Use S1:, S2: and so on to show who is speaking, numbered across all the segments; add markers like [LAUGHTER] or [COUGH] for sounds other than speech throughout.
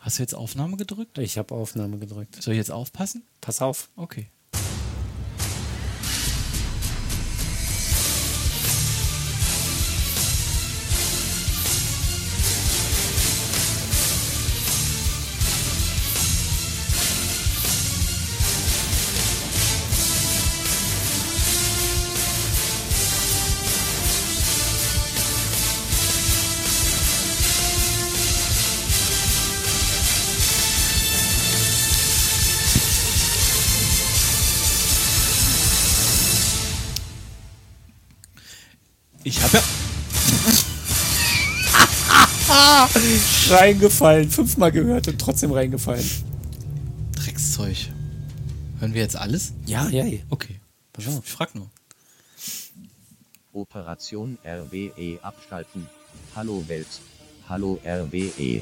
S1: Hast du jetzt Aufnahme gedrückt?
S2: Ich habe Aufnahme gedrückt.
S1: Soll ich jetzt aufpassen?
S2: Pass auf.
S1: Okay. Ich habe ja.
S2: Reingefallen. Fünfmal gehört und trotzdem reingefallen.
S1: Dreckszeug. Hören wir jetzt alles?
S2: Ja, ja, ja.
S1: Okay. Ich, ich frag nur.
S3: Operation RWE abschalten. Hallo Welt. Hallo RWE.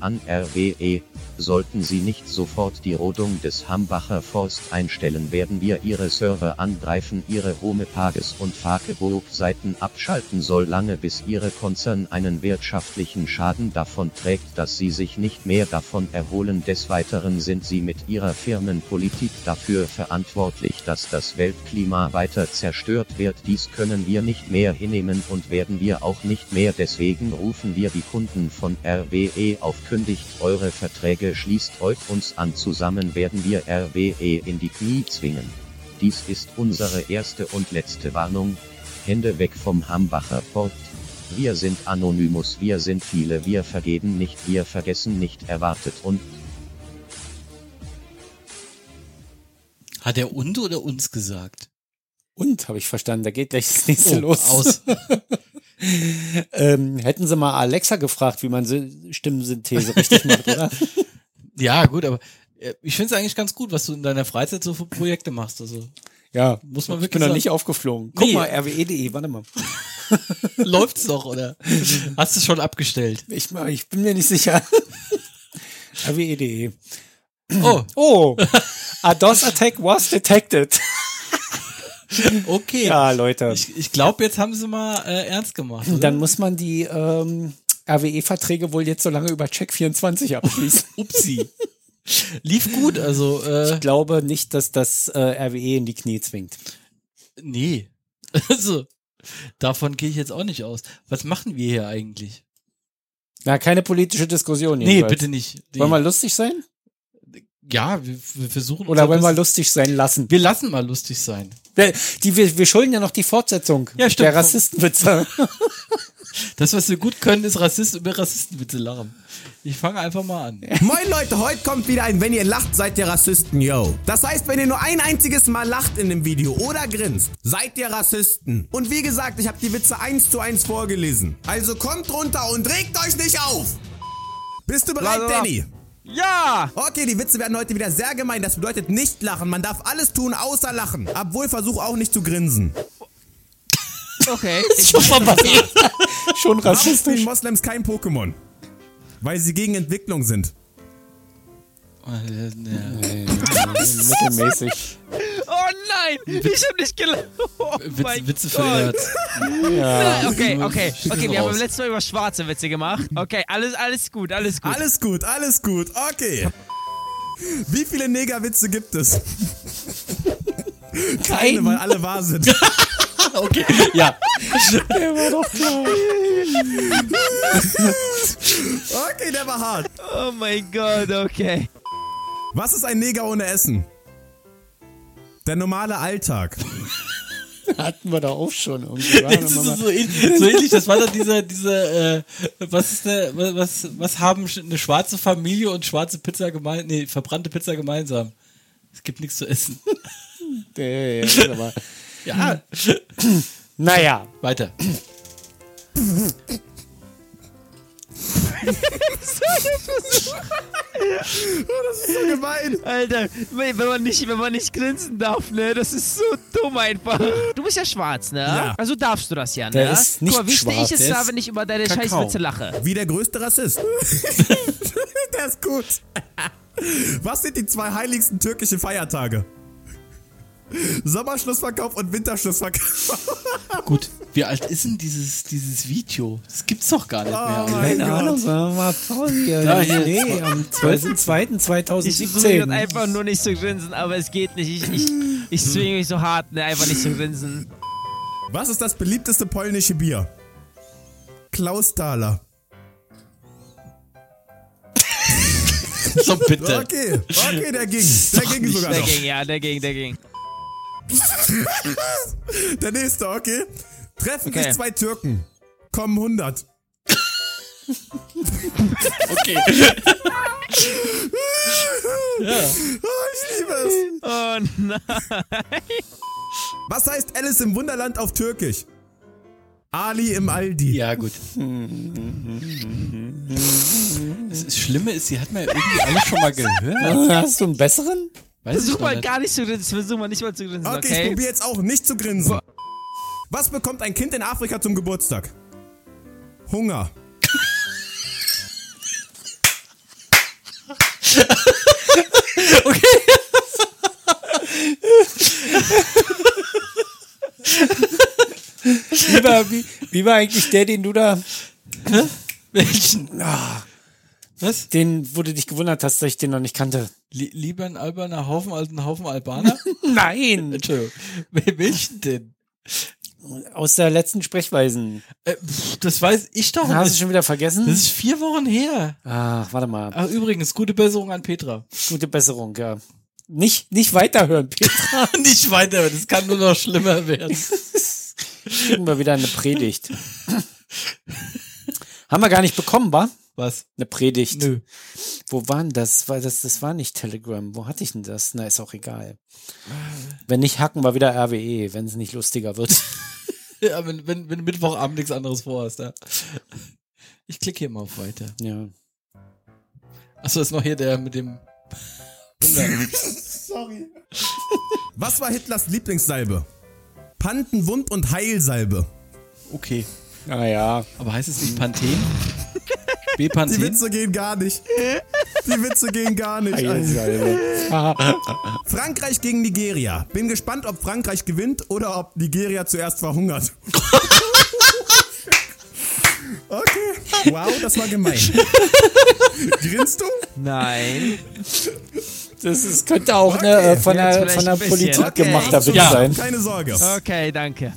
S3: An RWE, sollten Sie nicht sofort die Rodung des Hambacher Forst einstellen, werden wir Ihre Server angreifen, Ihre Homepages und Fakeburg-Seiten abschalten, solange bis Ihre Konzern einen wirtschaftlichen Schaden davon trägt, dass Sie sich nicht mehr davon erholen. Des Weiteren sind Sie mit Ihrer Firmenpolitik dafür verantwortlich, dass das Weltklima weiter zerstört wird. Dies können wir nicht mehr hinnehmen und werden wir auch nicht mehr. Deswegen rufen wir die Kunden von RWE auf kündigt eure Verträge, schließt euch uns an, zusammen werden wir RWE in die Knie zwingen. Dies ist unsere erste und letzte Warnung. Hände weg vom Hambacher Port. Wir sind Anonymous, wir sind viele, wir vergeben nicht, wir vergessen nicht, erwartet und
S1: Hat er und oder uns gesagt?
S2: Und, habe ich verstanden, da geht gleich das nächste
S1: Oh,
S2: los.
S1: [LAUGHS] aus.
S2: ähm, hätten sie mal Alexa gefragt, wie man Sy- Stimmensynthese richtig macht, oder?
S1: Ja, gut, aber äh, ich finde es eigentlich ganz gut, was du in deiner Freizeit so für Projekte machst. [LAUGHS] Also
S2: [LAUGHS] Ja,
S1: Muss man
S2: Ich
S1: wirklich
S2: bin noch
S1: sagen.
S2: nicht aufgeflogen. Guck
S1: Nee.
S2: mal, E rwe.de, warte mal.
S1: läuft's noch, oder? Hast du schon abgestellt?
S2: Ich, ich bin mir nicht sicher. [LAUGHS] E rwe.de.
S1: Oh,
S2: [LAUGHS] Oh, a DOS attack was detected.
S1: okay.
S2: [LAUGHS] Ja, Leute.
S1: Ich, ich glaube, jetzt haben sie mal äh, ernst gemacht. [LAUGHS] Oder?
S2: Dann muss man die ähm, RWE-Verträge wohl jetzt so lange über Check24 abschließen.
S1: Upsi. Lief gut, also äh,
S2: Ich glaube nicht, dass das äh, RWE in die Knie zwingt.
S1: nee. [LAUGHS] Also davon gehe ich jetzt auch nicht aus. Was machen wir hier eigentlich?
S2: Na, keine politische Diskussion.
S1: Nee,
S2: jedenfalls.
S1: bitte nicht. Nee.
S2: Wollen wir lustig sein?
S1: ja, wir, wir versuchen
S2: Oder
S1: unser
S2: wollen wir
S1: Bestes.
S2: lustig sein lassen?
S1: Wir lassen mal lustig sein.
S2: Wir, die, wir, wir schulden ja noch die Fortsetzung
S1: Ja, stimmt.
S2: der [LAUGHS] Rassistenwitze.
S1: Das, was wir gut können, ist Rassist über Rassistenwitze lachen. Ich fange einfach mal an.
S4: Moin Leute, heute kommt wieder ein Wenn ihr lacht, seid ihr Rassisten, yo. Das heißt, wenn ihr nur ein einziges Mal lacht in dem Video oder grinst, seid ihr Rassisten. Und wie gesagt, ich habe die Witze eins zu eins vorgelesen. Also kommt runter und regt euch nicht auf. Bist du bereit,
S5: La, la, la.
S4: Danny?
S5: Ja!
S4: Okay, die Witze werden heute wieder sehr gemein. Das bedeutet nicht lachen. Man darf alles tun, außer lachen. Obwohl, versuch auch nicht zu grinsen.
S5: [LAUGHS] Okay.
S1: Schon vorbei.
S2: Schon
S4: Warum spielen
S2: rassistisch.
S4: Moslems kein Pokémon? Weil sie gegen Entwicklung sind.
S1: Ah, Ja.
S2: Mittelmäßig.
S5: Oh nein! Ich hab nicht gelacht! Oh
S1: Witze,
S5: mein
S1: Witze für den
S5: Gott.
S1: Herz.
S5: Okay, okay.
S1: Schießen
S5: Okay, wir haben
S1: raus.
S5: beim letzten Mal über schwarze Witze gemacht. Okay, alles, alles gut, alles gut.
S4: Alles gut, alles gut, okay. Wie viele Negerwitze gibt es? Keine, weil alle wahr sind.
S1: Okay, [LAUGHS] ja.
S2: Der war doch klar.
S4: Okay, der war hart.
S5: Oh mein Gott, okay.
S4: Was ist ein Neger ohne Essen? Der normale Alltag.
S2: [LAUGHS] Hatten wir da auch schon irgendwie. warte
S1: [LAUGHS] Das ist
S2: mal.
S1: so, ähn- so ähnlich. Das war dann dieser, dieser, äh, was ist der, wa- was, was haben sch- eine schwarze Familie und schwarze Pizza gemeinsam, nee, verbrannte Pizza gemeinsam? Es gibt nichts zu essen.
S2: Ja, ja, ja, warte mal.
S1: Ja,
S2: Naja,
S1: weiter.
S4: So gemein.
S5: Alter, wenn wenn man nicht, wenn man nicht grinsen darf, ne? Das ist so dumm einfach. Du bist ja schwarz, ne?
S4: Ja.
S5: Also darfst du das ja, ne?
S2: Der ist nicht
S5: Guck mal, wie stehe
S2: schwarz,
S5: ich es
S2: der
S5: da,
S2: ist
S5: wenn ich über deine
S2: Kakao.
S5: Scheißwitze lache?
S4: Wie der größte Rassist. [LAUGHS] der ist gut. Was sind die zwei heiligsten türkischen Feiertage? Sommerschlussverkauf und Winterschlussverkauf.
S1: Gut. Wie alt ist denn dieses, dieses Video? Das gibt's doch gar nicht mehr.
S4: Oh mein
S2: Keine
S4: Gott.
S2: Ahnung, sagen wir mal Pause hier.
S1: Ja, hier.
S2: nee, am
S5: Ich versuche gerade
S2: 12.02.2017.
S5: einfach nur nicht zu grinsen, aber es geht nicht. Ich, ich, ich zwinge mich so hart, ne, einfach nicht zu grinsen.
S4: Was ist das beliebteste polnische Bier? Klausthaler.
S1: So Also, bitte.
S4: Okay, okay,
S1: [LAUGHS]
S4: der ging. Der ging sogar
S5: Der
S4: noch.
S5: ging, ja, der ging, der ging.
S4: Der nächste, okay. Treffen
S5: Okay.
S4: sich zwei Türken. Kommen 100. [LAUGHS]
S1: Okay. ja.
S4: Oh, ich liebe es.
S5: Oh nein.
S4: Was heißt Alice im Wunderland auf Türkisch? Ali im Aldi.
S1: ja, gut. Das Schlimme ist, sie hat mir irgendwie alle schon mal [LAUGHS] gehört.
S2: Hast du einen besseren?
S1: Weiß ich
S5: Versuch
S1: noch
S5: mal
S1: nicht.
S5: gar nicht zu grinsen, versuch mal nicht mal zu grinsen,
S4: Okay, ich
S5: okay?
S4: probiere jetzt auch nicht zu grinsen. Was bekommt ein Kind in Afrika zum Geburtstag? Hunger.
S2: Wie war, wie, wie war eigentlich der, den du da,
S1: Menschen. Was?
S2: den, wo du dich gewundert hast, dass ich den noch nicht kannte?
S1: Li- lieber ein alberner Haufen als ein Haufen [LAUGHS] Albaner?
S2: Nein!
S1: Entschuldigung. Wer welchen denn?
S2: Aus der letzten Sprechweisen.
S1: Äh, pff, das weiß ich doch
S2: Hast du
S1: nicht.
S2: schon wieder
S1: Das
S2: vergessen?
S1: ist vier Wochen her.
S2: Ach, warte mal.
S1: Ach, übrigens, gute Besserung an Petra.
S2: Gute Besserung, ja. Nicht, nicht weiterhören,
S1: [LAUGHS]
S2: Peter.
S1: [LAUGHS] Nicht weiter, das kann nur noch schlimmer werden.
S2: Kriegen wir wieder eine Predigt. Haben wir gar nicht bekommen, wa?
S1: [LAUGHS] Was?
S2: Eine Predigt.
S1: Nö.
S2: Wo waren das? Weil das, das war nicht Telegram. Wo hatte ich denn das? Na, ist auch egal. Wenn nicht, hacken wir wieder RWE, wenn es nicht
S1: [LAUGHS]
S2: lustiger wird.
S1: Ja, wenn, wenn, wenn du Mittwochabend nichts anderes vorhast, ja. Ich klicke hier mal auf weiter.
S2: Ja.
S1: Achso, ist noch hier der mit dem.
S4: Sorry. Was war Hitlers Lieblingssalbe? Pantenwund und Heilsalbe.
S1: Okay. Ah,
S2: Naja.
S1: Aber heißt es nicht Panthen?
S4: Die
S1: B-Panthen?
S4: Witze gehen gar nicht. Die Witze gehen gar nicht. Alter. [LAUGHS] Frankreich gegen Nigeria. Bin gespannt, ob Frankreich gewinnt oder ob Nigeria zuerst verhungert. Okay. Wow, das war gemein. Grinst du?
S5: Nein.
S2: Das ist, könnte auch eine, äh, von
S5: Jetzt
S2: der,
S5: vielleicht
S2: von der
S5: ein bisschen.
S2: Politik
S5: Okay.
S2: gemachter Witz
S1: Ja.
S2: sein.
S4: Keine Sorge.
S5: Okay, danke.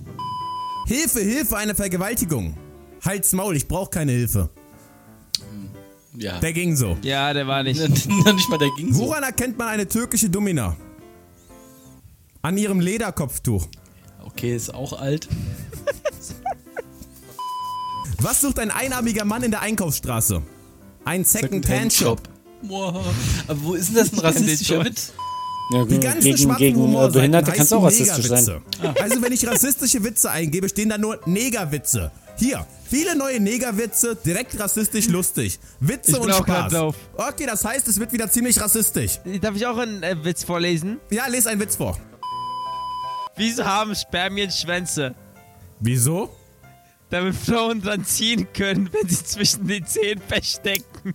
S4: Hilfe, Hilfe, eine Vergewaltigung. Halt's Maul, ich brauch keine Hilfe.
S1: Ja.
S4: Der ging so.
S5: Ja, der
S1: [LAUGHS]
S5: war nicht.
S1: nicht mal der ging so.
S4: Woran erkennt man eine türkische Domina? An ihrem Lederkopftuch.
S1: Okay, ist auch alt.
S4: Was sucht ein einarmiger Mann in der Einkaufsstraße? Ein Second-Hand-Shop.
S1: Boah. Aber wo ist denn das ein rassistischer Witz?
S2: Ja,
S4: Die
S2: gegen
S4: ganzen
S2: gegen,
S4: schwarzen
S2: gegen äh,
S4: Humorseiten
S2: Behinderte kannst du auch
S4: heißen
S2: rassistisch sein. Ah.
S4: Negerwitze. Also wenn ich rassistische Witze eingebe, stehen da nur Negerwitze. Hier, viele neue Negerwitze, direkt rassistisch lustig. Witze
S5: Ich bin
S4: und
S5: auch grad
S4: Spaß.
S5: drauf.
S4: Okay, das heißt, es wird wieder ziemlich rassistisch.
S5: Darf ich auch einen äh, Witz vorlesen?
S4: Ja, lese einen Witz vor.
S5: Wieso haben Spermien Schwänze?
S4: Wieso?
S5: Damit Frauen dran ziehen können, wenn sie zwischen den Zehen verstecken.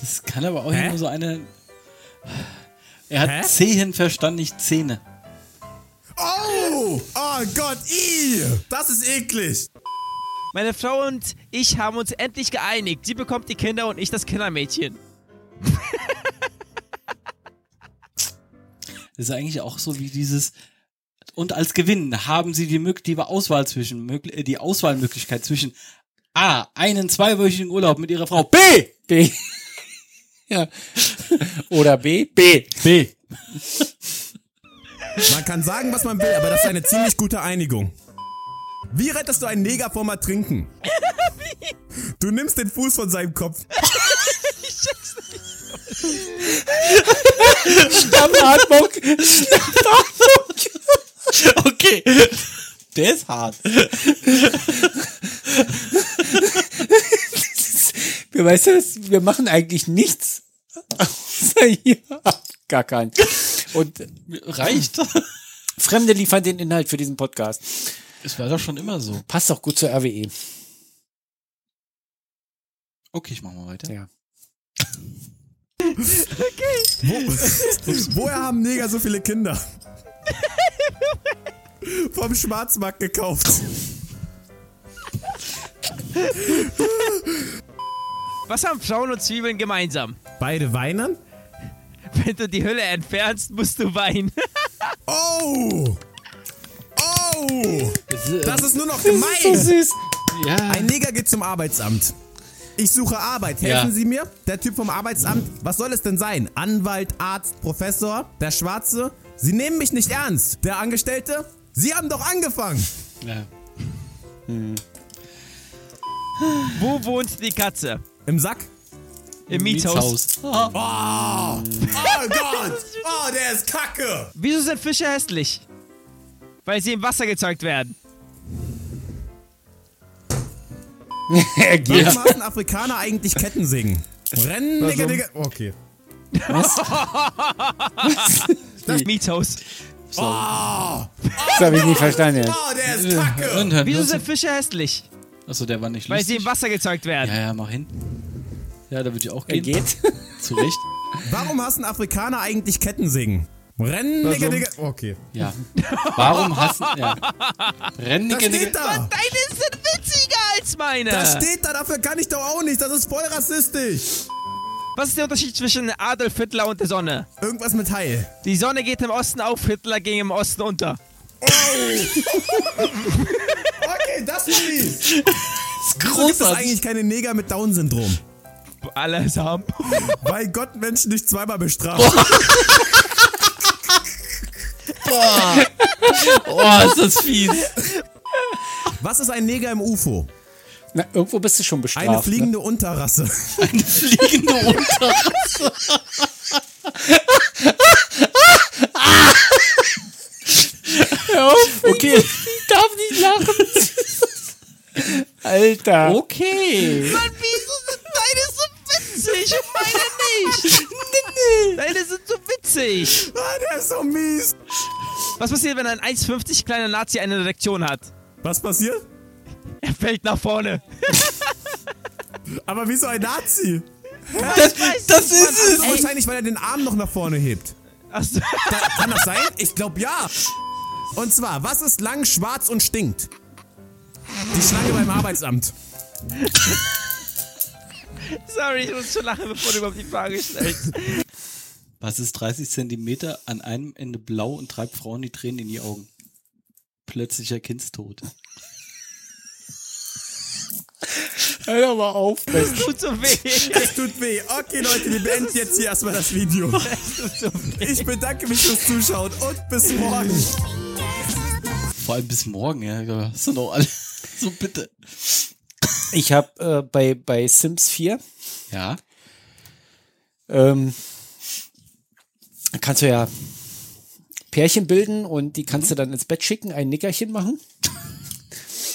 S1: Das kann aber auch
S4: Hä?
S1: nur so eine. Er hat
S4: Hä?
S1: Zehen verstanden, nicht Zähne.
S4: Oh! Oh Gott, ih, das ist eklig.
S5: Meine Frau und ich haben uns endlich geeinigt. Sie bekommt die Kinder und ich das Kindermädchen.
S1: Das ist eigentlich auch so wie dieses. Und als Gewinn haben Sie die, mög- die Auswahl zwischen, mögl- äh, die Auswahlmöglichkeit zwischen A, einen zweiwöchigen Urlaub mit Ihrer Frau. B,
S2: B. ja. Oder B. B.
S1: B.
S4: Man kann sagen, was man will, aber das ist eine ziemlich gute Einigung. Wie rettest du einen Neger vom Ertrinken? Du nimmst den Fuß von seinem Kopf. [LAUGHS]
S2: Stammatmung.
S1: Okay. Der ist hart.
S2: Wir, weißt du, was? wir machen eigentlich nichts. Außer hier. Gar keinen. Und
S1: Reicht.
S2: Fremde liefern den Inhalt für diesen Podcast.
S1: Es war doch schon immer so.
S2: Passt auch gut zur E. RWE.
S1: Okay, ich mach mal weiter.
S2: Ja.
S4: Woher haben Neger so viele Kinder? vom Schwarzmarkt gekauft.
S5: Was haben Frauen und Zwiebeln gemeinsam?
S4: Beide weinen?
S5: Wenn du die Hülle entfernst, musst du weinen. [LAUGHS]
S4: Oh! Oh! Das ist nur noch
S2: Das ist so
S4: gemein!
S2: süß. Ja.
S4: Ein Neger geht zum Arbeitsamt. Ich suche Arbeit. Helfen
S1: Ja.
S4: Sie mir? Der Typ vom Arbeitsamt. Was soll es denn sein? Anwalt, Arzt, Professor, der Schwarze? Sie nehmen mich nicht ernst. Der Angestellte? Sie haben doch angefangen.
S1: Ja.
S5: Wo wohnt die Katze?
S4: Im Sack?
S5: Im Mietshaus.
S1: Ah.
S4: Oh, oh Gott. Oh, der ist kacke.
S5: Wieso sind Fische hässlich? Weil sie im Wasser gezeugt werden.
S2: Er geht.
S4: Warum machen Afrikaner eigentlich Ketten singen? Rennen, Digga, Digga. Also, Okay.
S5: Das Mietshaus.
S2: Das habe ich nicht verstanden. ja.
S4: Oh, der ist kacke.
S1: Und hören wir
S5: Wieso
S1: uns-
S5: sind Fische hässlich?
S1: Achso, der war nicht
S5: Weil sie
S1: lustig.
S5: im Wasser gezeugt werden.
S1: Ja, ja, mach hin. Ja, da würde ich auch
S2: Er
S1: gehen.
S2: geht.
S1: Zu Recht.
S4: Warum hassen Afrikaner eigentlich Ketten singen? Rennen, Digga, Digga. Also, Okay.
S1: [LAUGHS] Ja. Warum hassen. Ja.
S4: Das
S1: Rennige.
S4: steht da.
S5: Deine sind witziger als meine.
S4: Das steht da, dafür kann ich doch auch nicht. Das ist voll rassistisch.
S5: Was ist der Unterschied zwischen Adolf Hitler und der Sonne?
S4: Irgendwas mit Heil.
S5: Die Sonne geht im Osten auf, Hitler ging im Osten unter.
S4: Okay, [LAUGHS] das ist fies. Wieso gibt es
S1: großartig.
S4: eigentlich keine Neger mit Down-Syndrom?
S5: Alle
S1: [LAUGHS]
S5: haben.
S4: Weil Gott Menschen nicht zweimal bestraft.
S1: Oh, ist das fies.
S4: Was ist ein Neger im UFO?
S2: Na, irgendwo bist du schon bestraft.
S4: Eine
S2: ne?
S4: fliegende Unterrasse. [LAUGHS]
S1: Eine fliegende Unterrasse.
S2: Okay. Ich darf nicht lachen. Alter.
S1: Okay.
S5: Mann, wieso sind deine so witzig und
S1: [LAUGHS]
S5: meine nicht? Deine sind so witzig.
S4: Ah, der ist so mies.
S5: Was passiert, wenn ein 1,50 kleiner Nazi eine Erektion hat?
S4: Was passiert?
S5: Er fällt nach vorne.
S4: Aber wieso ein Nazi?
S1: Das ist
S4: Also wahrscheinlich, weil er den Arm noch nach vorne hebt.
S5: Achso.
S4: Da, kann das sein? Ich glaube ja. Und zwar, was ist lang, schwarz und stinkt? Die Schlange beim Arbeitsamt.
S5: Sorry, ich muss schon lachen, bevor du überhaupt die Frage stellst.
S1: Was ist 30 Zentimeter an einem Ende blau und treibt Frauen die Tränen in die Augen? Plötzlicher Kindstod.
S2: Hör doch mal auf.
S5: Das tut so weh.
S4: Es tut weh. Okay, Leute, wir beenden jetzt hier erstmal das Video. Ich bedanke mich fürs Zuschauen und bis
S6: Äh,
S4: morgen.
S1: Vor allem bis morgen, ja. da Hast du noch alle. [LAUGHS] So bitte.
S2: Ich habe äh, bei, bei Sims 4
S1: Ja.
S2: ähm, kannst du ja Pärchen bilden und die kannst du dann ins Bett schicken, ein Nickerchen machen.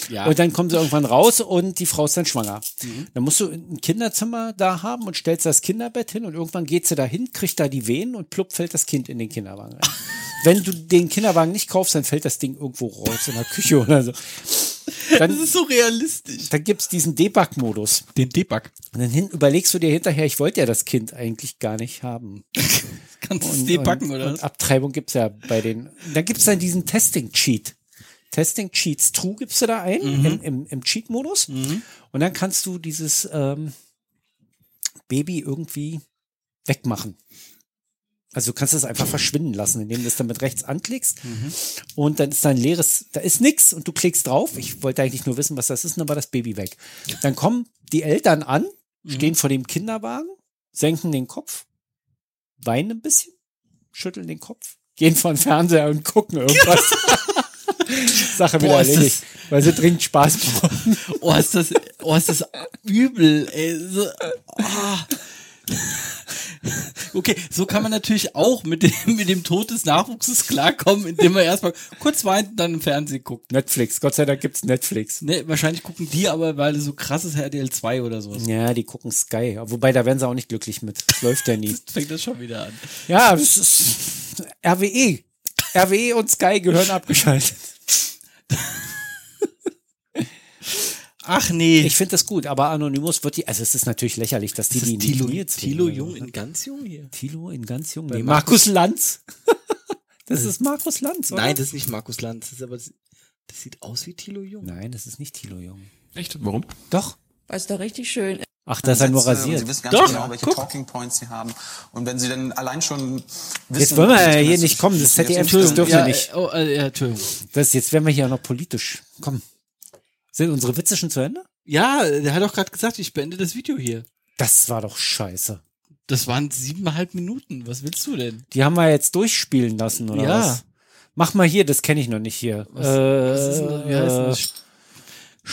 S1: Ja.
S2: Und dann kommen sie irgendwann raus und die Frau ist dann schwanger. Dann musst du ein Kinderzimmer da haben und stellst das Kinderbett hin und irgendwann geht sie da hin, kriegt da die Wehen und plupp fällt das Kind in den Kinderwagen rein. Wenn du den Kinderwagen nicht kaufst, dann fällt das Ding irgendwo raus in der Küche oder so.
S1: das
S2: Dann,
S1: ist so realistisch.
S2: dann gibt's diesen Debug-Modus.
S1: Den Debug.
S2: Und dann hin, überlegst du dir hinterher, ich wollte ja das Kind eigentlich gar nicht haben.
S1: Kannst du
S2: Und,
S1: es debuggen,
S2: und,
S1: oder?
S2: Und Abtreibung gibt's ja bei den. Da gibt's dann diesen Testing-Cheat. Testing-Cheats True gibst du da ein im, im, im Cheat-Modus. Und dann kannst du dieses ähm, Baby irgendwie wegmachen. Also du kannst es einfach verschwinden lassen, indem du es dann mit rechts anklickst und dann ist da ein leeres, da ist nix und du klickst drauf. Ich wollte eigentlich nur wissen, was das ist, und dann war das Baby weg. Dann kommen die Eltern an,
S1: Mhm.
S2: stehen vor dem Kinderwagen, senken den Kopf, weinen ein bisschen, schütteln den Kopf, gehen vor den Fernseher und
S1: [LAUGHS]
S2: gucken irgendwas. Sache wieder
S1: Boah, ist
S2: erledigt, weil sie dringend Spaß brauchen.
S1: Oh, ist das, oh, ist das übel, ey. So, oh. Okay, so kann man natürlich auch mit dem, mit dem Tod des Nachwuchses klarkommen, indem man erstmal kurz weint und dann im Fernsehen guckt.
S2: Netflix, Gott sei Dank gibt's Netflix.
S1: Ne, wahrscheinlich gucken die aber, weil so krass ist RTL 2 oder sowas.
S2: Ja, die gucken Sky, wobei da werden sie auch nicht glücklich mit. Das läuft ja nie.
S1: Fängt das schon wieder an.
S2: Ja, es ist E. RWE. RWE und Sky gehören abgeschaltet.
S1: Ach nee.
S2: Ich finde das gut, aber Anonymous wird die, also es ist natürlich lächerlich, dass die
S1: ist das
S2: die in die ne?
S1: Thilo,
S2: Knie zwingen.
S1: Thilo Jung in ganz jung hier.
S2: Thilo in ganz jung. Nee, Markus Lanz. [LAUGHS] Das ist Markus Lanz, oder?
S1: Äh, Nein, das ist nicht Markus Lanz. Das, ist aber, das sieht aus wie Thilo Jung.
S2: Nein, das ist nicht Thilo Jung.
S7: Echt? Warum?
S2: Doch.
S8: weil es da richtig schön ist.
S2: Ach, da ist er nur
S6: Sätze Und
S1: äh,
S2: rasiert.
S6: sie wissen ganz
S1: Doch,
S6: genau, welche
S1: guck.
S6: Talking Points sie haben. Und wenn sie dann allein schon wissen,
S2: Jetzt wollen wir ja hier
S6: dass-
S2: nicht kommen, das
S6: dass-
S2: ZDF
S6: dass-
S2: Das dürfen wir
S1: ja,
S2: nicht.
S1: äh, Oh, äh, ja, Entschuldigung.
S2: Das, jetzt werden wir hier auch noch politisch. Komm. Sind unsere Witze schon zu Ende?
S1: Ja, der hat auch gerade gesagt, ich beende das Video hier.
S2: Das war doch scheiße.
S1: Das waren siebeneinhalb Minuten. Was willst du denn?
S2: Die haben wir jetzt durchspielen lassen, oder
S1: Ja.
S2: was? Mach mal hier, das kenne ich noch nicht hier. äh,
S1: Was ist denn das? Wie heißt denn das?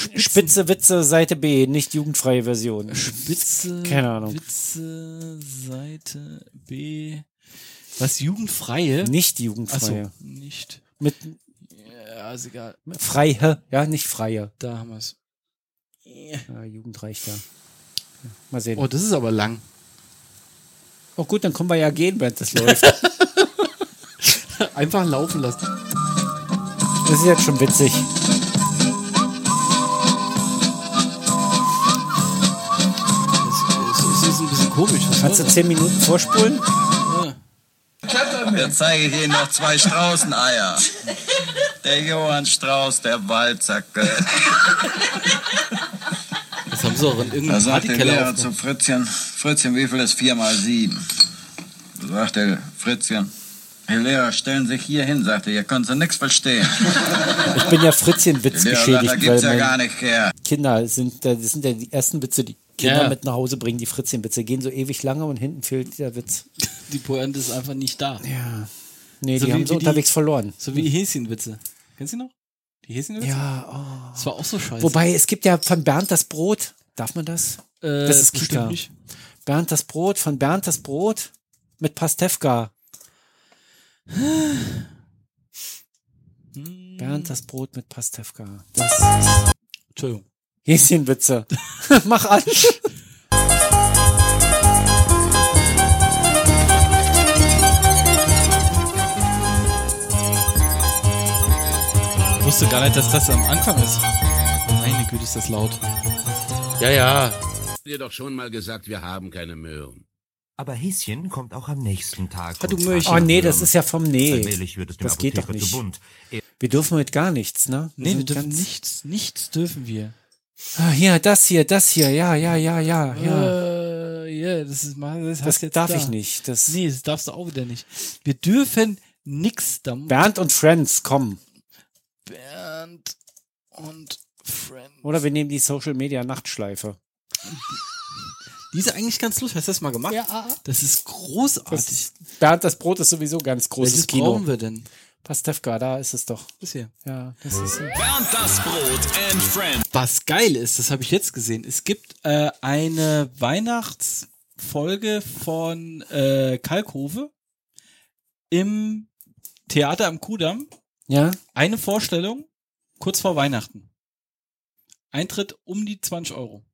S1: Sp-
S2: Spitze Witze, Seite B, nicht jugendfreie Version.
S1: Spitze.
S2: Keine Ahnung.
S1: Spitze, Seite B. Was jugendfreie?
S2: Nicht
S1: Achso,
S2: jugendfreie.
S1: nicht.
S2: Mit
S1: Ja, ist egal.
S2: freie, ja, nicht freie.
S1: Da haben wir es.
S2: Ja, jugendreich, ja. Mal sehen.
S1: Oh, das ist aber [LAUGHS] lang.
S2: oh gut, dann können wir ja gehen, wenn das läuft.
S7: Einfach laufen lassen.
S2: Das ist jetzt schon witzig.
S1: Das, das ist ein bisschen komisch. Was
S2: Kannst du zehn Minuten vorspulen?
S9: Jetzt zeige ich Ihnen noch zwei Straußeneier. Der Johann Strauß, der Waldsacke.
S1: das haben sie auch in
S9: Da
S1: irgendeinem
S9: sagt der
S1: Partykeller
S9: Lehrer
S1: auf.
S9: zu Fritzchen, Fritzchen, wie viel ist 4 mal 7? Da sagt der Fritzchen, Herr Lehrer, stellen Sie sich hier hin, sagt er, hier können Sie nichts verstehen.
S2: Ich bin ja Fritzchen-Witz
S9: Der Lehrer sagt, da
S2: geschädigt,
S9: gibt's
S2: weil
S9: ja gar
S2: meine
S9: nicht her.
S2: Kinder sind, das sind ja die ersten Witze, die Kinder
S1: Ja.
S2: mit nach Hause bringen, die Fritzchen-Witze. Gehen so ewig lange und hinten fehlt der Witz.
S1: Die Pointe ist einfach nicht da.
S2: Nee,
S1: So
S2: die
S1: wie-
S2: haben so
S1: wie die-
S2: unterwegs verloren.
S1: So wie die Häschenwitze. Kennst du die noch? Die Häschenwitze?
S2: Ja,
S1: Das war auch so scheiße.
S2: oh. Wobei, es gibt ja von Bernd das Brot. Darf man das?
S1: äh,
S2: das ist
S1: bestimmt
S2: Kita.
S1: nicht.
S2: Bernd das Brot, von Bernd das Brot mit Pastewka. Bernd das Brot mit Pastewka. Das
S1: Entschuldigung.
S2: Häschenwitze. [LAUGHS] Mach an.
S1: Ich wusste gar nicht, dass das am Anfang ist. Meine Güte, ist das laut. Ja, ja.
S10: dir doch schon mal gesagt, wir haben keine Möhren.
S11: Aber Häschen kommt auch am nächsten Tag.
S1: Ah, du halt
S11: und
S1: Möhrchen.
S2: Oh
S11: fragt
S2: nee,
S11: nach
S2: das
S11: Möhren.
S2: ist ja vom Nee.
S11: Allmählich wird es dem
S2: Das geht doch
S11: Apotheker
S2: nicht.
S11: zu bunt. Er
S2: Wir dürfen heute gar nichts, ne?
S1: Nee, wir
S2: sind
S1: dürfen
S2: ganz-
S1: nichts, nichts dürfen wir.
S2: Ah, hier, das hier, das hier, ja, ja, ja, ja, ja.
S1: Äh, ja, das ist mal, das,
S2: Das
S1: hast jetzt
S2: darf
S1: da.
S2: ich nicht. Das
S1: Nee, das darfst du auch wieder nicht. Wir dürfen nix da
S2: Bernd und Friends, komm.
S1: Bernd und Friend.
S2: Oder wir nehmen die Social Media Nachtschleife.
S1: Die ist eigentlich ganz lustig. Hast du das mal gemacht?
S2: Ja.
S1: Das ist großartig.
S2: Das, Bernd, das Brot ist sowieso ganz großes
S1: Welches
S2: Kino.
S1: brauchen wir denn?
S2: Pastewka, da ist es doch.
S1: Das hier.
S2: Ja, das ist
S1: Was geil ist, das habe ich jetzt gesehen. Es gibt äh, eine Weihnachtsfolge von äh, Kalkhove im Theater am Kudamm.
S2: Ja,
S1: Eine Vorstellung kurz vor Weihnachten. Eintritt um die 20 Euro.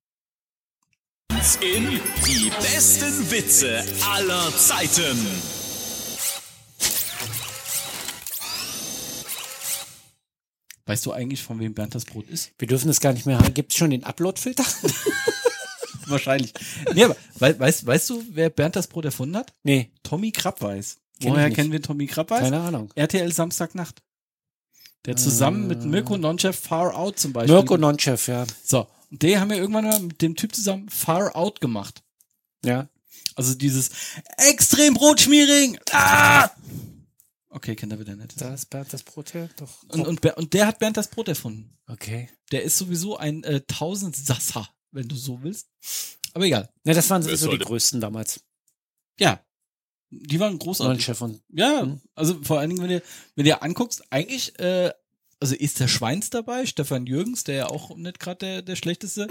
S1: In die besten Witze aller Zeiten. Weißt du eigentlich, von wem Bernd das Brot ist?
S2: wir dürfen das gar nicht mehr haben. Gibt es schon den Upload-Filter?
S1: [LAUGHS]
S2: [LAUGHS]
S1: Wahrscheinlich. Nee, aber wei- weißt, weißt du, wer Bernd das Brot erfunden hat?
S2: nee,
S1: Tommy Krappweis.
S2: Kenn ich
S1: Woher
S2: nicht.
S1: kennen wir Tommy Krappweis?
S2: keine Ahnung.
S1: RTL Samstagnacht. Der zusammen mit Mirko Nonchef Far Out zum Beispiel.
S2: Mirko Nonchef, ja.
S1: So, und die haben ja irgendwann mal mit dem Typ zusammen Far Out gemacht.
S2: Ja.
S1: Also dieses extrem Brotschmiering. Ah! Okay, kennt er wieder nicht.
S2: Da ist Bernd das Brot her, doch.
S1: Und, und, Ber- und der hat Bernd das Brot erfunden.
S2: okay.
S1: Der ist sowieso ein äh, Tausendsasser, wenn du so willst. Aber egal.
S2: Ne, das waren sowieso die
S10: sollte-
S2: größten damals.
S1: Ja. Die waren großartig.
S2: Nonchef und
S1: Ja,
S2: Mhm.
S1: also vor allen Dingen, wenn du, wenn du dir anguckst, eigentlich, äh, also ist der Schweins dabei, Stefan Jürgens, der ja auch nicht gerade der, der schlechteste,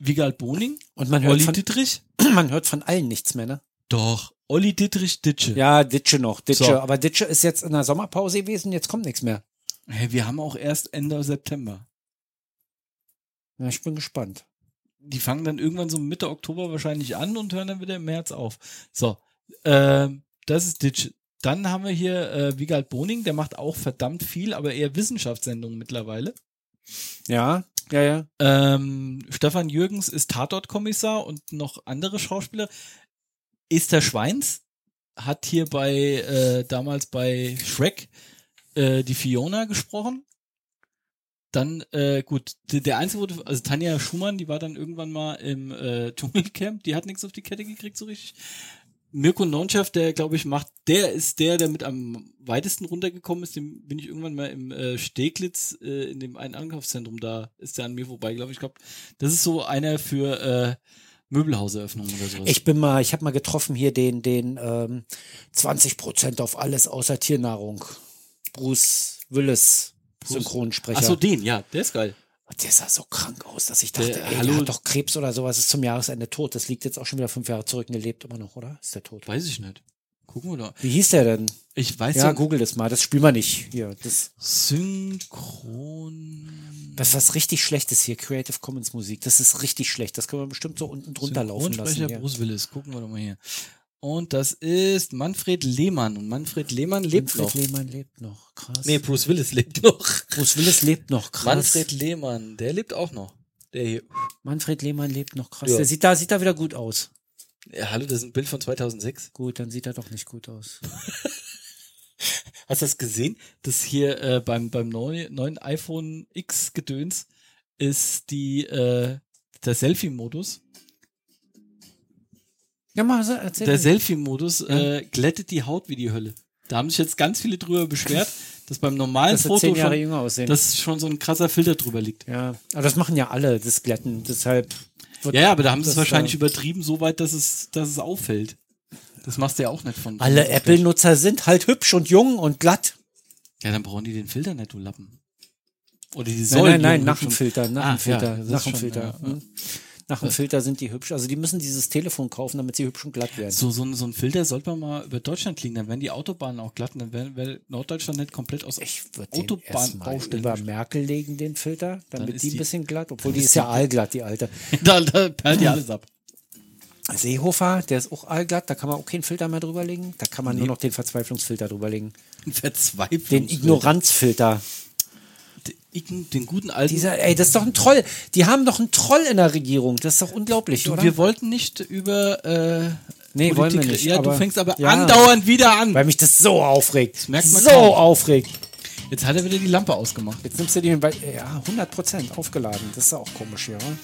S1: Wiegald Boning,
S2: und man hört,
S1: Olli
S2: von,
S1: Dittrich.
S2: [CLEARS THROAT] man hört von allen nichts mehr, ne?
S1: Doch, Olli Dittrich Ditsche.
S2: Ja, Ditsche noch, Ditsche.
S1: So.
S2: Aber Ditsche ist jetzt in der Sommerpause gewesen, jetzt kommt nichts mehr.
S1: Hey, wir haben auch erst Ende September.
S2: Ja, ich bin gespannt.
S1: Die fangen dann irgendwann so Mitte Oktober wahrscheinlich an und hören dann wieder im März auf. So, ähm, das ist Ditch. Dann haben wir hier äh, Wiegald Boning, der macht auch verdammt viel, aber eher Wissenschaftssendungen mittlerweile.
S2: Ja, ja, ja.
S1: Ähm, Stefan Jürgens ist Tatort-Kommissar und noch andere Schauspieler. Esther Schweins hat hier bei äh, damals bei Shrek äh, die Fiona gesprochen. Dann, äh, gut, der, der Einzige wurde, also Tanja Schumann, die war dann irgendwann mal im äh, [LAUGHS] Dschungelcamp, die hat nichts auf die Kette gekriegt, so richtig. Mirko Nonchef, der glaube ich macht, der ist der, der mit am weitesten runtergekommen ist. Dem bin ich irgendwann mal im äh, Steglitz äh, in dem einen Einkaufszentrum da ist der an mir vorbei gelaufen. Ich glaube, das ist so einer für äh, Möbelhauseröffnungen oder sowas.
S2: Ich bin mal, ich habe mal getroffen hier den, den ähm, 20% auf alles außer Tiernahrung. Bruce Willis, Synchronsprecher.
S1: Ach so, den, ja, der ist geil.
S2: Und der sah so krank aus, dass ich dachte,
S1: Der-
S2: ey, der
S1: hallo?
S2: hat doch Krebs oder sowas, ist zum Jahresende tot. Das liegt jetzt auch schon wieder fünf Jahre zurück und der lebt immer noch, oder? Ist der tot?
S1: Weiß ich nicht. Gucken wir da.
S2: Wie hieß der denn?
S1: Ich weiß
S2: Ja,
S1: ja, Hm.
S2: google das mal, das spielen wir nicht. Hier, das,
S1: Synchron.
S2: das ist was richtig Schlechtes hier, Creative Commons Musik. Das ist richtig schlecht. Das können wir bestimmt so unten drunter laufen lassen.
S1: Synchronsprecher
S2: hier.
S1: Bruce Willis. Gucken wir doch mal hier. Und das ist Manfred Lehmann. Und Manfred Lehmann lebt
S2: Manfred
S1: noch.
S2: Lehmann lebt noch, krass.
S1: Nee, Bruce Willis lebt noch.
S2: Bruce Willis lebt noch, krass.
S1: Manfred Lehmann, der lebt auch noch. Der hier.
S2: Manfred Lehmann lebt noch, krass.
S1: Ja.
S2: Der sieht da, sieht da wieder gut aus.
S1: Ja, hallo, das ist ein Bild von 2006.
S2: Gut, dann sieht er doch nicht gut aus.
S1: Hast du das gesehen? Das hier äh, beim, beim neuen, neuen iPhone X-Gedöns ist die, äh, der Selfie-Modus.
S2: Ja, mal so, erzähl.
S1: Der
S2: mal.
S1: Selfie-Modus äh, glättet die Haut wie die Hölle. Da haben sich jetzt ganz viele drüber
S2: [LAUGHS]
S1: beschwert, dass beim normalen
S2: Dass sie
S1: Foto
S2: zehn Jahre
S1: schon,
S2: jünger aussehen.
S1: dass schon so ein krasser Filter drüber liegt.
S2: ja, aber das machen ja alle, das Glätten. Deshalb. wird-
S1: Ja, ja aber da haben sie es
S2: das,
S1: wahrscheinlich
S2: äh,
S1: übertrieben, so weit, dass es, dass es auffällt. Das machst du ja auch nicht von.
S2: Alle
S1: von-
S2: Apple-Nutzer sind halt hübsch und jung und glatt.
S1: Ja, dann brauchen die den Filter nicht, du Lappen. Oder die
S2: Nein,
S1: sollen.
S2: nein, nein,
S1: die
S2: nach dem
S1: schon-
S2: Filter, nach
S1: Ah,
S2: dem Filter,
S1: ja, das
S2: nach
S1: ist
S2: dem
S1: schon,
S2: Filter.
S1: ja, ja.
S2: hm. Nach dem Filter sind die hübsch. Also die müssen dieses Telefon kaufen, damit sie hübsch und glatt werden.
S1: So, so, ein- so ein Filter sollte man mal über Deutschland legen, dann werden die Autobahnen auch glatt und dann wäre wär Norddeutschland nicht komplett aus
S2: Ich würde den erstmal
S1: Autobahnbaustellen.
S2: über Merkel legen, den Filter, damit
S1: ist
S2: die ein
S1: die-
S2: bisschen glatt, obwohl die
S1: ist
S2: ist ja allglatt, die alte.
S1: [LAUGHS] da, da perlt
S2: [LAUGHS]
S1: ja alles ab.
S2: Seehofer, der ist auch allglatt, da kann man auch keinen Filter mehr drüberlegen. Da kann man nur noch den Verzweiflungsfilter drüberlegen.
S1: Verzweifelt.
S2: Den Ignoranzfilter.
S1: Den, den guten alten.
S2: Dieser, ey, das ist doch ein Troll. Die haben doch einen Troll in der Regierung. Das ist doch unglaublich,
S1: du,
S2: oder?
S1: wir wollten nicht über. Äh,
S2: Nee, wollen wir
S1: reden.
S2: nicht,
S1: Ja,
S2: aber-
S1: du fängst aber
S2: Ja.
S1: andauernd wieder an.
S2: Weil mich das so aufregt. Das
S1: merkt man
S2: so
S1: kaum.
S2: aufregt.
S1: Jetzt hat er wieder die Lampe ausgemacht.
S2: Jetzt nimmst du den, weil, ja, 100% aufgeladen. Das ist ja auch komisch hier, oder?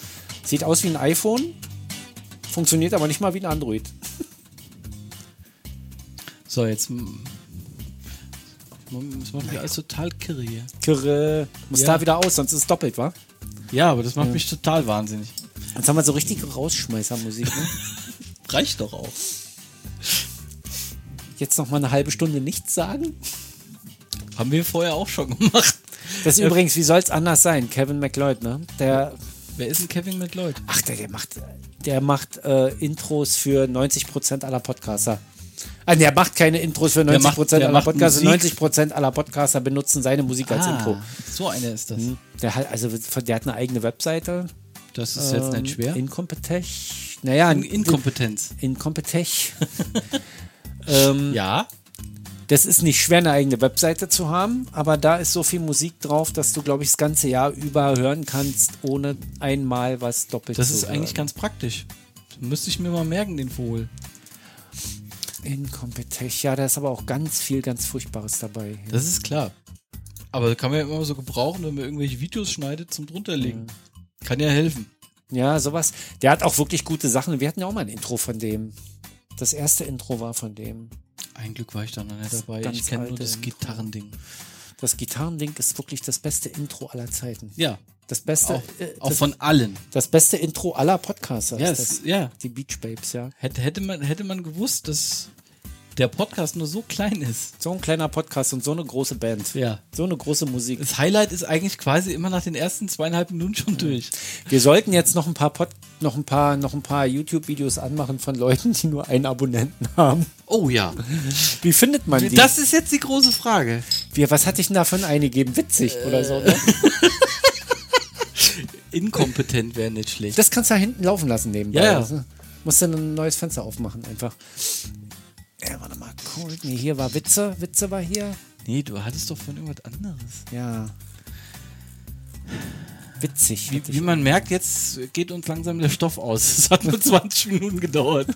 S2: Sieht aus wie ein iPhone, funktioniert aber nicht mal wie ein Android.
S1: So, jetzt. mm, Das macht mich alles total kirre hier.
S2: Kirre. Muss
S1: Ja.
S2: da wieder aus, sonst ist es doppelt, wa?
S1: Ja, aber das macht mich total wahnsinnig.
S2: Jetzt haben wir so richtig Rausschmeißermusik, ne?
S1: Reicht doch auch.
S2: Jetzt noch mal eine halbe Stunde nichts sagen?
S1: Haben wir vorher auch schon gemacht.
S2: Das ist übrigens, wie soll's anders sein? Kevin McLeod, ne? Der,
S1: Wer ist denn Kevin McLeod?
S2: ach, der, der macht, der macht äh, Intros für 90% aller Podcaster. Also der macht keine Intros für 90%
S1: macht- der
S2: aller
S1: macht
S2: Podcaster.
S1: Musik. Ah.
S2: 90% aller Podcaster benutzen seine Musik als Intro.
S1: So einer ist das.
S2: Der hat, also, von- der hat eine eigene Webseite.
S1: Das ist jetzt
S2: Ähm,
S1: nicht Hm, schwer.
S2: Inkompetech. Naja,
S1: In Inkompetenz.
S2: Inkompetech. ähm,
S1: Ja.
S2: Das ist nicht schwer, eine eigene Webseite zu haben, aber da ist so viel Musik drauf, dass du, glaube ich, das ganze Jahr über hören kannst, ohne einmal was doppelt
S1: Das
S2: zu
S1: ist
S2: hören.
S1: eigentlich ganz praktisch. Müsste ich mir mal merken, den Vogel.
S2: Inkompetech. Ja, da ist aber auch ganz viel, ganz Furchtbares dabei.
S1: Das ist klar. Aber das kann man ja immer so gebrauchen, wenn man irgendwelche Videos schneidet zum drunterlegen. Kann ja helfen.
S2: Ja, sowas. Der hat auch wirklich gute Sachen. Wir hatten ja auch mal ein Intro von dem. Das erste Intro war von dem.
S1: Ein Glück war ich da noch nicht
S2: Das
S1: dabei.
S2: ganz
S1: Ich kenne nur
S2: alte
S1: das
S2: Intro.
S1: Gitarrending.
S2: Das Gitarrending ist wirklich das beste Intro aller Zeiten.
S1: Ja.
S2: Das beste,
S1: Auch,
S2: äh,
S1: auch
S2: das,
S1: von allen.
S2: das beste Intro aller Podcaster.
S1: Ja,
S2: ist
S1: es-
S2: das.
S1: ja.
S2: Die Beach Babes, ja.
S1: Hätte, hätte, man, hätte man gewusst, dass der Podcast nur so klein ist.
S2: So ein kleiner Podcast und so eine große Band.
S1: Ja.
S2: So eine große Musik.
S1: Das Highlight ist eigentlich quasi immer nach den ersten zweieinhalb Minuten schon durch.
S2: Wir sollten jetzt noch ein paar Pod noch ein paar, noch ein paar YouTube-Videos anmachen von Leuten, die nur einen Abonnenten haben.
S1: Oh ja.
S2: Wie findet man die?
S1: Das ist jetzt die große Frage.
S2: Wir, was hatte ich denn davon eingegeben? Witzig oder so. Ne?
S1: Inkompetent wäre nicht schlecht.
S2: Das kannst du da hinten laufen lassen nebenbei.
S1: Ja, ja.
S2: Also, musst du ein neues Fenster aufmachen einfach. Ja, warte mal. Cool. Nee, hier war Witze. Witze war hier.
S1: Nee, du hattest doch von irgendwas anderes.
S2: Ja. Witzig.
S1: Wie,
S2: hatte
S1: [LAUGHS]
S2: ich
S1: wie man merkt, jetzt geht uns langsam der Stoff aus. Es hat nur 20 Minuten gedauert.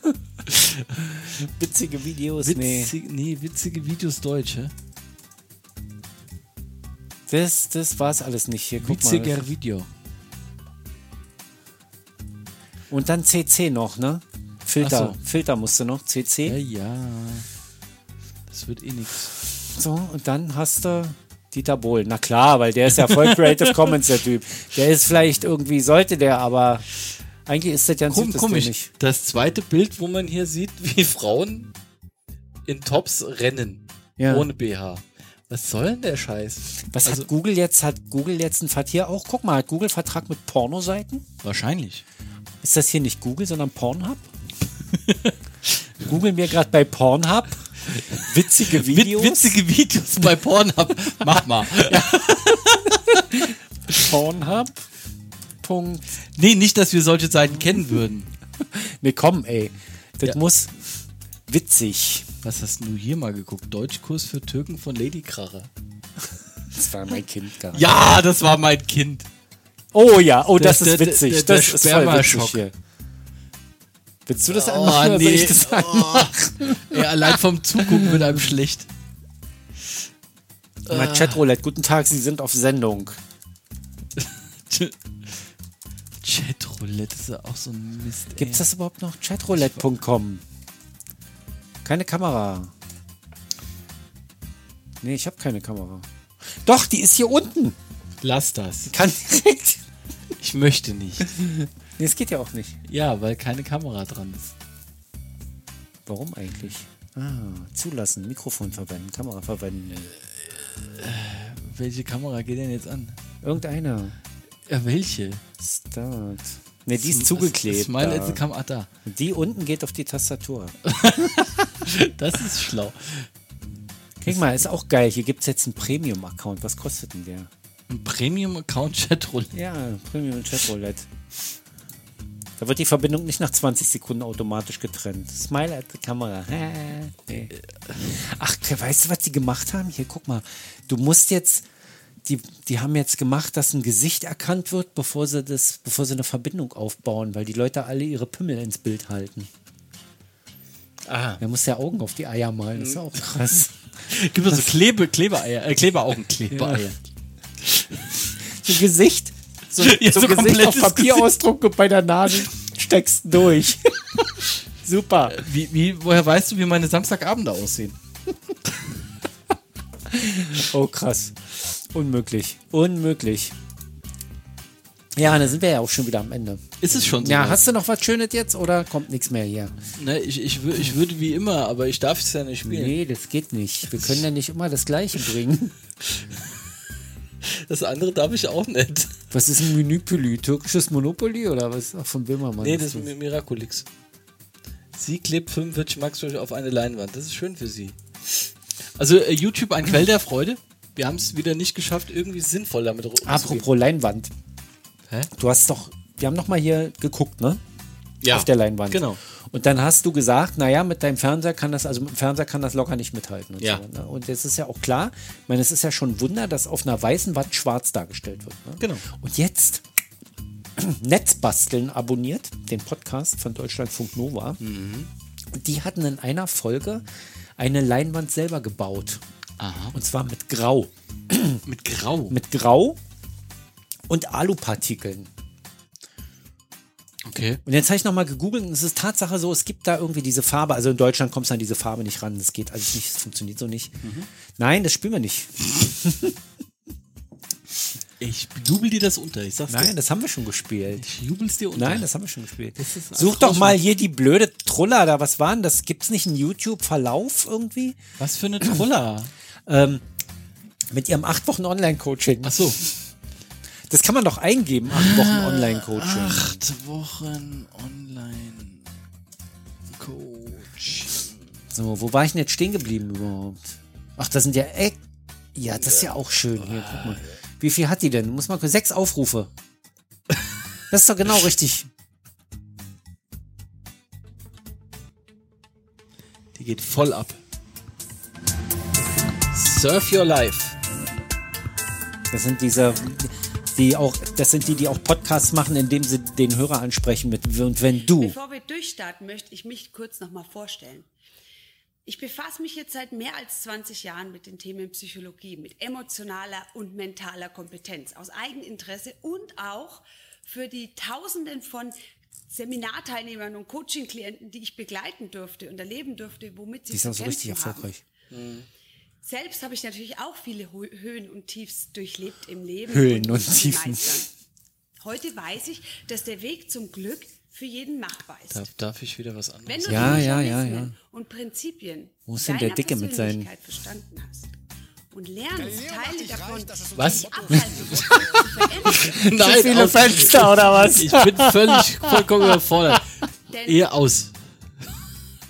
S2: Witzige Videos, nee.
S1: Witzig, nee, witzige Videos Deutsche.
S2: Das, das war's alles nicht hier. Guck mal.
S1: Witziger Video.
S2: Und dann CC noch, ne? Filter,
S1: Ach so.
S2: Filter musste noch, CC.
S1: Ja, ja. Das wird eh nichts.
S2: So, und dann hast du Dieter Bohlen. Na klar, weil der ist ja voll Creative Commons, der Typ. Der ist vielleicht irgendwie, sollte der, aber eigentlich ist das ja ein
S1: Kom komisch. Das zweite Bild, wo man hier sieht, [LAUGHS] wie Frauen in Tops rennen.
S2: Ja.
S1: Ohne BH. Was soll denn der Scheiß?
S2: Was
S1: Also-
S2: hat Google jetzt? Hat Google jetzt einen Vertrag? Hier auch, guck mal, hat Google Vertrag mit Pornoseiten?
S1: Wahrscheinlich.
S2: Ist das hier nicht Google, sondern [LAUGHS] Pornhub? Google mir gerade bei Pornhub witzige Videos.
S1: Witzige Videos bei Pornhub. [LAUGHS] Mach mal.
S2: Pornhub. Punkt.
S1: Nee, nicht, dass wir solche Seiten kennen würden.
S2: Nee, komm, ey. Das
S1: Ja.
S2: muss witzig.
S1: Was hast denn du hier mal geguckt? Deutschkurs für Türken von Lady Kracher.
S2: Das war mein Kind gar nicht.
S1: Ja, das war mein Kind.
S2: Oh ja, oh,
S1: Das-
S2: das,
S1: der-
S2: ist witzig.
S1: der- der
S2: das ist voll
S1: Spermaschock.
S2: witzig hier. Willst du das
S1: Oh,
S2: anmachen oder soll
S1: nee.
S2: [LAUGHS] ich das anmachen?
S1: Ja, allein vom Zugucken wird einem schlecht.
S2: Mal Chatroulette, guten Tag, Sie sind auf Sendung.
S1: Chatroulette ist ja auch so ein Mist. ey.
S2: Gibt's das überhaupt noch? Chatroulette.com. Keine Kamera. Nee, ich habe keine Kamera. Doch, die ist hier unten.
S1: Lass das.
S2: Kann direkt.
S1: Ich möchte nicht.
S2: Nee, es geht ja auch nicht.
S1: Ja, weil keine Kamera dran ist.
S2: Warum eigentlich? Ah, zulassen, Mikrofon verwenden, Kamera verwenden.
S1: Welche Kamera geht denn jetzt an?
S2: Irgendeine.
S1: Ja, welche?
S2: Start. Nee, die ist
S1: Das-
S2: zugeklebt.
S1: Das meine
S2: da.
S1: letzte Kamera. Ah, da.
S2: Die unten geht auf die [LAUGHS] Tastatur.
S1: Das ist schlau.
S2: Guck mal, ist auch geil. Hier gibt es jetzt einen Premium-Account. Was kostet denn der?
S1: Ein Premium-Account Chatroulette.
S2: Ja, Premium Chatroulette. Da wird die Verbindung nicht nach 20 Sekunden automatisch getrennt. Smile at the Kamera. Hä? Nee. Ach, weißt du, was die gemacht haben? Hier, guck mal. Du musst jetzt. Die, die haben jetzt gemacht, dass ein Gesicht erkannt wird, bevor sie, das, bevor sie eine Verbindung aufbauen, weil die Leute alle ihre Pimmel ins Bild halten.
S1: Aha.
S2: Er muss ja Augen auf die Eier malen. Das ist ja auch krass.
S1: Gibt es so Klebe, Klebeeier, äh, Kleberaugen, [LAUGHS] Klebeeier.
S2: ein Gesicht. So,
S1: Ja,
S2: so,
S1: so
S2: ein Gesicht auf
S1: komplettes
S2: Papierausdruck und bei der Nase steckst du [LAUGHS] durch. Super.
S1: Wie, wie, woher weißt du, wie meine Samstagabende aussehen?
S2: Oh, krass. Unmöglich. Unmöglich. Ja, dann sind wir ja auch schon wieder am Ende.
S1: Ist es schon so?
S2: Ja, hast du noch was Schönes jetzt oder kommt nichts mehr hier?
S1: Ne, ich, ich, wür- ich würde wie immer, aber ich darf es ja nicht spielen.
S2: Nee, das geht nicht. Wir können ja nicht immer das Gleiche bringen.
S1: Das andere darf ich auch nicht.
S2: [LAUGHS] Was ist ein Menüpoly? Türkisches Monopoly oder was? Ach, von Böhmermann.
S1: Nee, das ist Mi- Miraculix. Sie klebt 45 Maxwell auf eine Leinwand. Das ist schön für sie. Also äh, YouTube ein Quell der Freude. Wir haben es wieder nicht geschafft, irgendwie sinnvoll damit ru- umzugehen.
S2: Apropos Leinwand.
S1: Hä?
S2: Du hast doch, wir haben noch mal hier geguckt, ne?
S1: Ja.
S2: auf der Leinwand.
S1: Genau.
S2: Und dann hast du gesagt, naja, mit deinem Fernseher kann das, also mit dem Fernseher kann das locker nicht mithalten. Und,
S1: Ja.
S2: so, ne? und das ist ja auch klar, ich meine, es ist ja schon ein Wunder, dass auf einer weißen Wand schwarz dargestellt wird. Ne?
S1: Genau.
S2: Und jetzt [CLEARS THROAT] Netzbasteln abonniert, den Podcast von Deutschlandfunk Nova.
S1: Mhm.
S2: Und die hatten in einer Folge eine Leinwand selber gebaut.
S1: Aha.
S2: Und zwar mit Grau.
S1: Mit Grau.
S2: Mit Grau und Alupartikeln.
S1: Okay.
S2: Und jetzt habe ich nochmal gegoogelt und es ist Tatsache so, es gibt da irgendwie diese Farbe. Also in Deutschland kommst du an diese Farbe nicht ran. Das geht alles nicht, es funktioniert so nicht.
S1: Mhm.
S2: Nein, das spielen wir nicht.
S1: Ich jubel dir das unter. Ich sag's
S2: Nein,
S1: dir.
S2: das haben wir schon gespielt.
S1: Ich jubel's dir unter.
S2: Nein, das haben wir schon gespielt.
S1: ist also alles
S2: Such doch mal hier die blöde Truller da. Was war denn das? Gibt es nicht einen YouTube-Verlauf irgendwie?
S1: Was für eine Troller.
S2: Ähm, mit ihrem acht Wochen Online-Coaching.
S1: Ach so. Ah,
S2: Das kann man doch eingeben, acht Wochen Online-Coaching.
S1: Acht Wochen online. Coach.
S2: So, wo war ich denn jetzt stehen geblieben überhaupt? Ach, da sind ja Eck. Ja, das ist ja auch schön. Hier, guck mal. Wie viel hat die denn? Muss man gucken. Sechs Aufrufe. Das ist doch genau richtig.
S1: Die geht voll ab. Surf your life.
S2: Das sind diese. die auch, das sind die, die auch Podcasts machen, indem sie den Hörer ansprechen mit und wenn du.
S7: Bevor wir durchstarten, möchte ich mich kurz nochmal vorstellen. Ich befasse mich jetzt seit mehr als 20 Jahren mit den Themen Psychologie, mit emotionaler und mentaler Kompetenz, aus Eigeninteresse und auch für die Tausenden von Seminarteilnehmern und Coaching-Klienten, die ich begleiten durfte und erleben durfte, womit sie
S2: Die sind
S7: zu
S2: so richtig
S7: kämpfen haben.
S2: erfolgreich.
S7: Selbst habe ich natürlich auch viele Hö- Höhen und Tiefs durchlebt im Leben.
S2: Höhen und
S7: musste sie
S2: Tiefen.
S7: meistern. Heute weiß ich, dass der Weg zum Glück für jeden machbar ist.
S1: Darf, darf ich wieder was [LAUGHS]
S7: Wenn
S1: anderes?
S7: du
S2: Ja,
S7: die
S2: ja, ja,
S7: Mechanismen und Prinzipien
S2: Wo ist denn
S7: deiner
S2: der Dicke mit seinen-
S7: Persönlichkeit verstanden hast und lernst, Teile davon
S1: Was?
S2: [LAUGHS]
S7: abhalten zu verändern,
S1: Nein, aus-
S2: Fenster oder was?
S1: Ich bin völlig vollkommen überfordert.
S7: Denn-
S1: Ehe aus.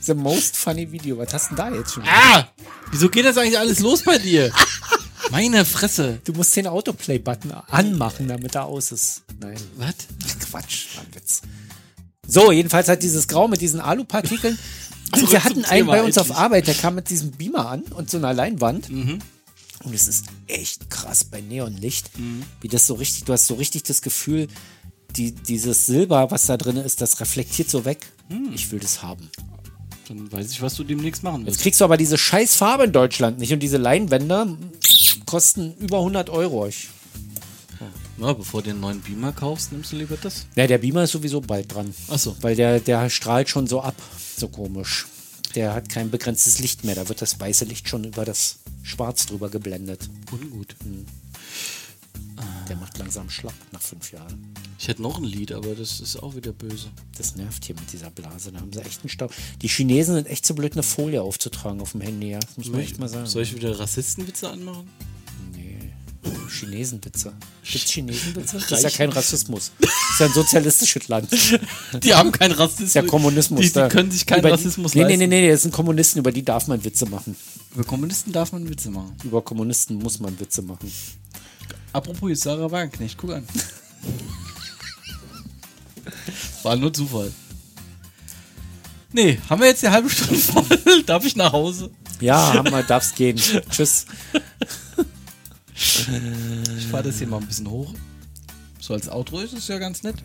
S2: The most funny Video. Was hast du denn da jetzt schon?
S1: Ah! Wieso geht das eigentlich alles los bei dir? Meine Fresse.
S2: Du musst den Autoplay-Button anmachen, damit er aus ist. Nein.
S1: Was?
S2: [LAUGHS] Quatsch, war ein Witz. So, jedenfalls hat dieses Grau mit diesen [LAUGHS] Alupartikeln. Und wir hatten
S1: zum
S2: einen
S1: Thema
S2: bei uns auf
S1: endlich.
S2: Arbeit, der kam mit diesem Beamer an und so einer Leinwand. Und es ist echt krass bei Neonlicht, wie das so richtig, du hast so richtig das Gefühl, die, dieses Silber, was da drin ist, das reflektiert so weg. Ich will das haben.
S1: Dann weiß ich, was du demnächst machen
S2: Jetzt
S1: willst.
S2: kriegst du aber diese scheiß Farbe in Deutschland nicht und diese Leinwände kosten über 100 Euro. Ich,
S1: Na, bevor du den neuen Beamer kaufst, nimmst du lieber das.
S2: na, der Beamer ist sowieso bald dran.
S1: Ach so.
S2: Weil der, der strahlt schon so ab, so komisch. Der hat kein begrenztes Licht mehr. Da wird das weiße Licht schon über das Schwarz drüber geblendet.
S1: Ungut.
S2: Der macht langsam schlapp nach fünf Jahren.
S1: Ich hätte noch ein Lied, aber das ist auch wieder böse.
S2: Das nervt hier mit dieser Blase. Da haben sie echt einen Stau. Die Chinesen sind echt so blöd, eine Folie aufzutragen auf dem Handy. Ja. Das muss man echt mal sagen.
S1: Soll ich wieder Rassistenwitze anmachen?
S2: Chinesenwitze. Gibt's
S1: [LAUGHS]
S2: Chinesenwitze? Das ist ja
S1: Reichen.
S2: kein Rassismus. Das ist ja ein sozialistisches Land. Das ist
S1: Die haben keinen Rassismus.
S2: ja Kommunismus.
S1: Die, die
S2: da-
S1: können sich keinen
S2: über die-
S1: Rassismus
S2: nee, nee,
S1: leisten.
S2: nee, nee, das sind Kommunisten, über die darf man Witze machen.
S1: Über Kommunisten darf man Witze machen.
S2: Über Kommunisten muss man Witze machen.
S1: Apropos, hier ist Sarah Wagenknecht, guck an. War nur Zufall. Nee, haben wir jetzt die halbe Stunde voll? [LAUGHS] Darf ich nach Hause?
S2: Ja, haben wir, darf's gehen. Tschüss.
S1: Ich fahre das hier mal ein bisschen hoch. So als Outro ist es ja ganz nett.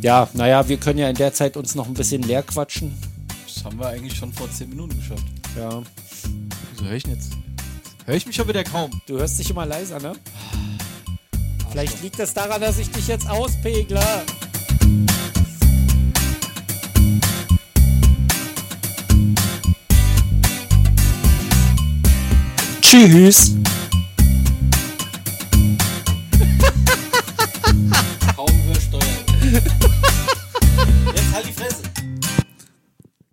S2: Ja, naja, wir können ja in der Zeit uns noch ein bisschen leer quatschen.
S1: Das haben wir eigentlich schon vor 10 Minuten geschafft.
S2: Ja.
S1: Wieso höre ich denn jetzt? Höre ich mich schon wieder kaum.
S2: Du hörst dich immer leiser, ne? Vielleicht liegt das daran, dass ich dich jetzt auspegle. Tschüss.